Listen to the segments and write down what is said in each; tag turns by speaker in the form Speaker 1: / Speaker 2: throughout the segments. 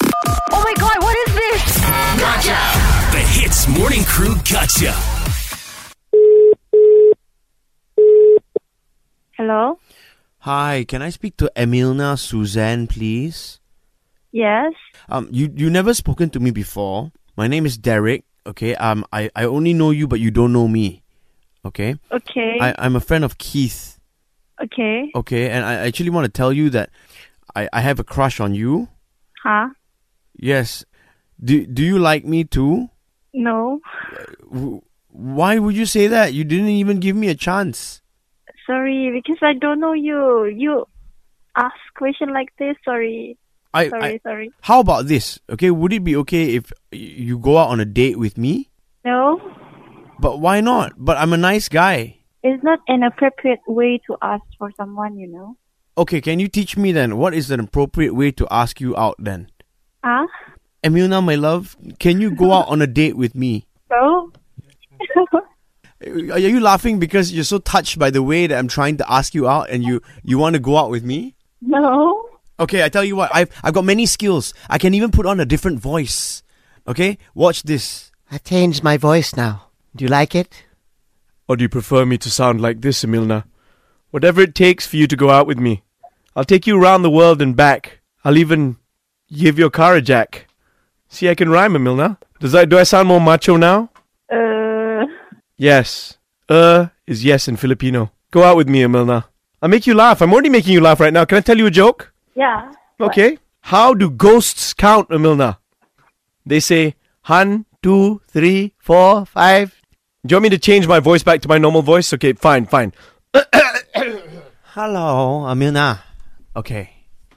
Speaker 1: Oh my god, what is this?
Speaker 2: The Hits Morning Crew Gotcha.
Speaker 1: Hello?
Speaker 3: Hi, can I speak to Emilna Suzanne, please?
Speaker 1: Yes?
Speaker 3: Um, you you never spoken to me before. My name is Derek. Okay. Um, I, I only know you, but you don't know me. Okay.
Speaker 1: Okay.
Speaker 3: I I'm a friend of Keith.
Speaker 1: okay.
Speaker 3: Okay, and I actually want to tell you that I I have a crush on you.
Speaker 1: Huh?
Speaker 3: Yes. Do do you like me too?
Speaker 1: No.
Speaker 3: W- Why would you say that? You didn't even give me a chance.
Speaker 1: Sorry, because I don't know you. You ask question like this. Sorry.
Speaker 3: I,
Speaker 1: Sorry,
Speaker 3: I
Speaker 1: sorry.
Speaker 3: how about this? Okay, would it be okay if y- you go out on a date with me?
Speaker 1: No.
Speaker 3: But why not? But I'm a nice guy.
Speaker 1: It's not an appropriate way to ask for someone, you know.
Speaker 3: Okay, can you teach me then what is an appropriate way to ask you out then?
Speaker 1: Huh?
Speaker 3: Emilna, my love, can you go out on a date with me?
Speaker 1: No?
Speaker 3: Are you laughing because you're so touched by the way that I'm trying to ask you out and you, you want to go out with me?
Speaker 1: no.
Speaker 3: Okay, I tell you what, I've, I've got many skills. I can even put on a different voice. Okay, watch this.
Speaker 4: I changed my voice now. Do you like it?
Speaker 5: Or do you prefer me to sound like this, Emilna? Whatever it takes for you to go out with me. I'll take you round the world and back. I'll even give your car a jack. See, I can rhyme, Emilna. Does I do I sound more macho now?
Speaker 1: Uh,
Speaker 5: Yes. Uh is yes in Filipino. Go out with me, Emilna. I'll make you laugh. I'm already making you laugh right now. Can I tell you a joke?
Speaker 1: yeah.
Speaker 5: Okay. How do ghosts count, Emilna? They say one, two, three, four, five. Do you want me to change my voice back to my normal voice? Okay, fine, fine.
Speaker 3: Hello, Amina. Okay.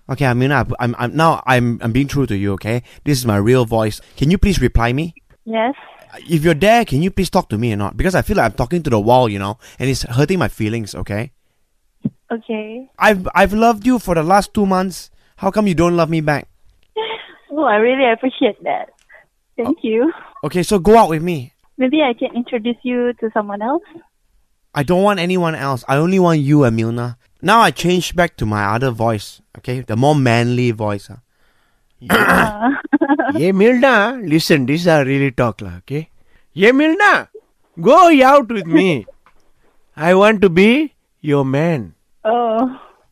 Speaker 3: Okay, Amina, I'm, I'm now I'm I'm being true to you, okay? This is my real voice. Can you please reply me?
Speaker 1: Yes.
Speaker 3: If you're there, can you please talk to me or not? Because I feel like I'm talking to the wall, you know, and it's hurting my feelings, okay?
Speaker 1: Okay.
Speaker 3: I've I've loved you for the last 2 months. How come you don't love me back?
Speaker 1: Oh, I really appreciate that.
Speaker 3: Oh.
Speaker 1: Thank you.
Speaker 3: Okay, so go out with me.
Speaker 1: Maybe I can introduce you to someone else.
Speaker 3: I don't want anyone else. I only want you, Amina. Now I changed back to my other voice, okay? The more manly voice. uh. Huh?
Speaker 4: yeah, Milna. Listen, this is our really talk, lah, okay? Yeah, Milna. Go out with me. I want to be your man.
Speaker 1: Oh,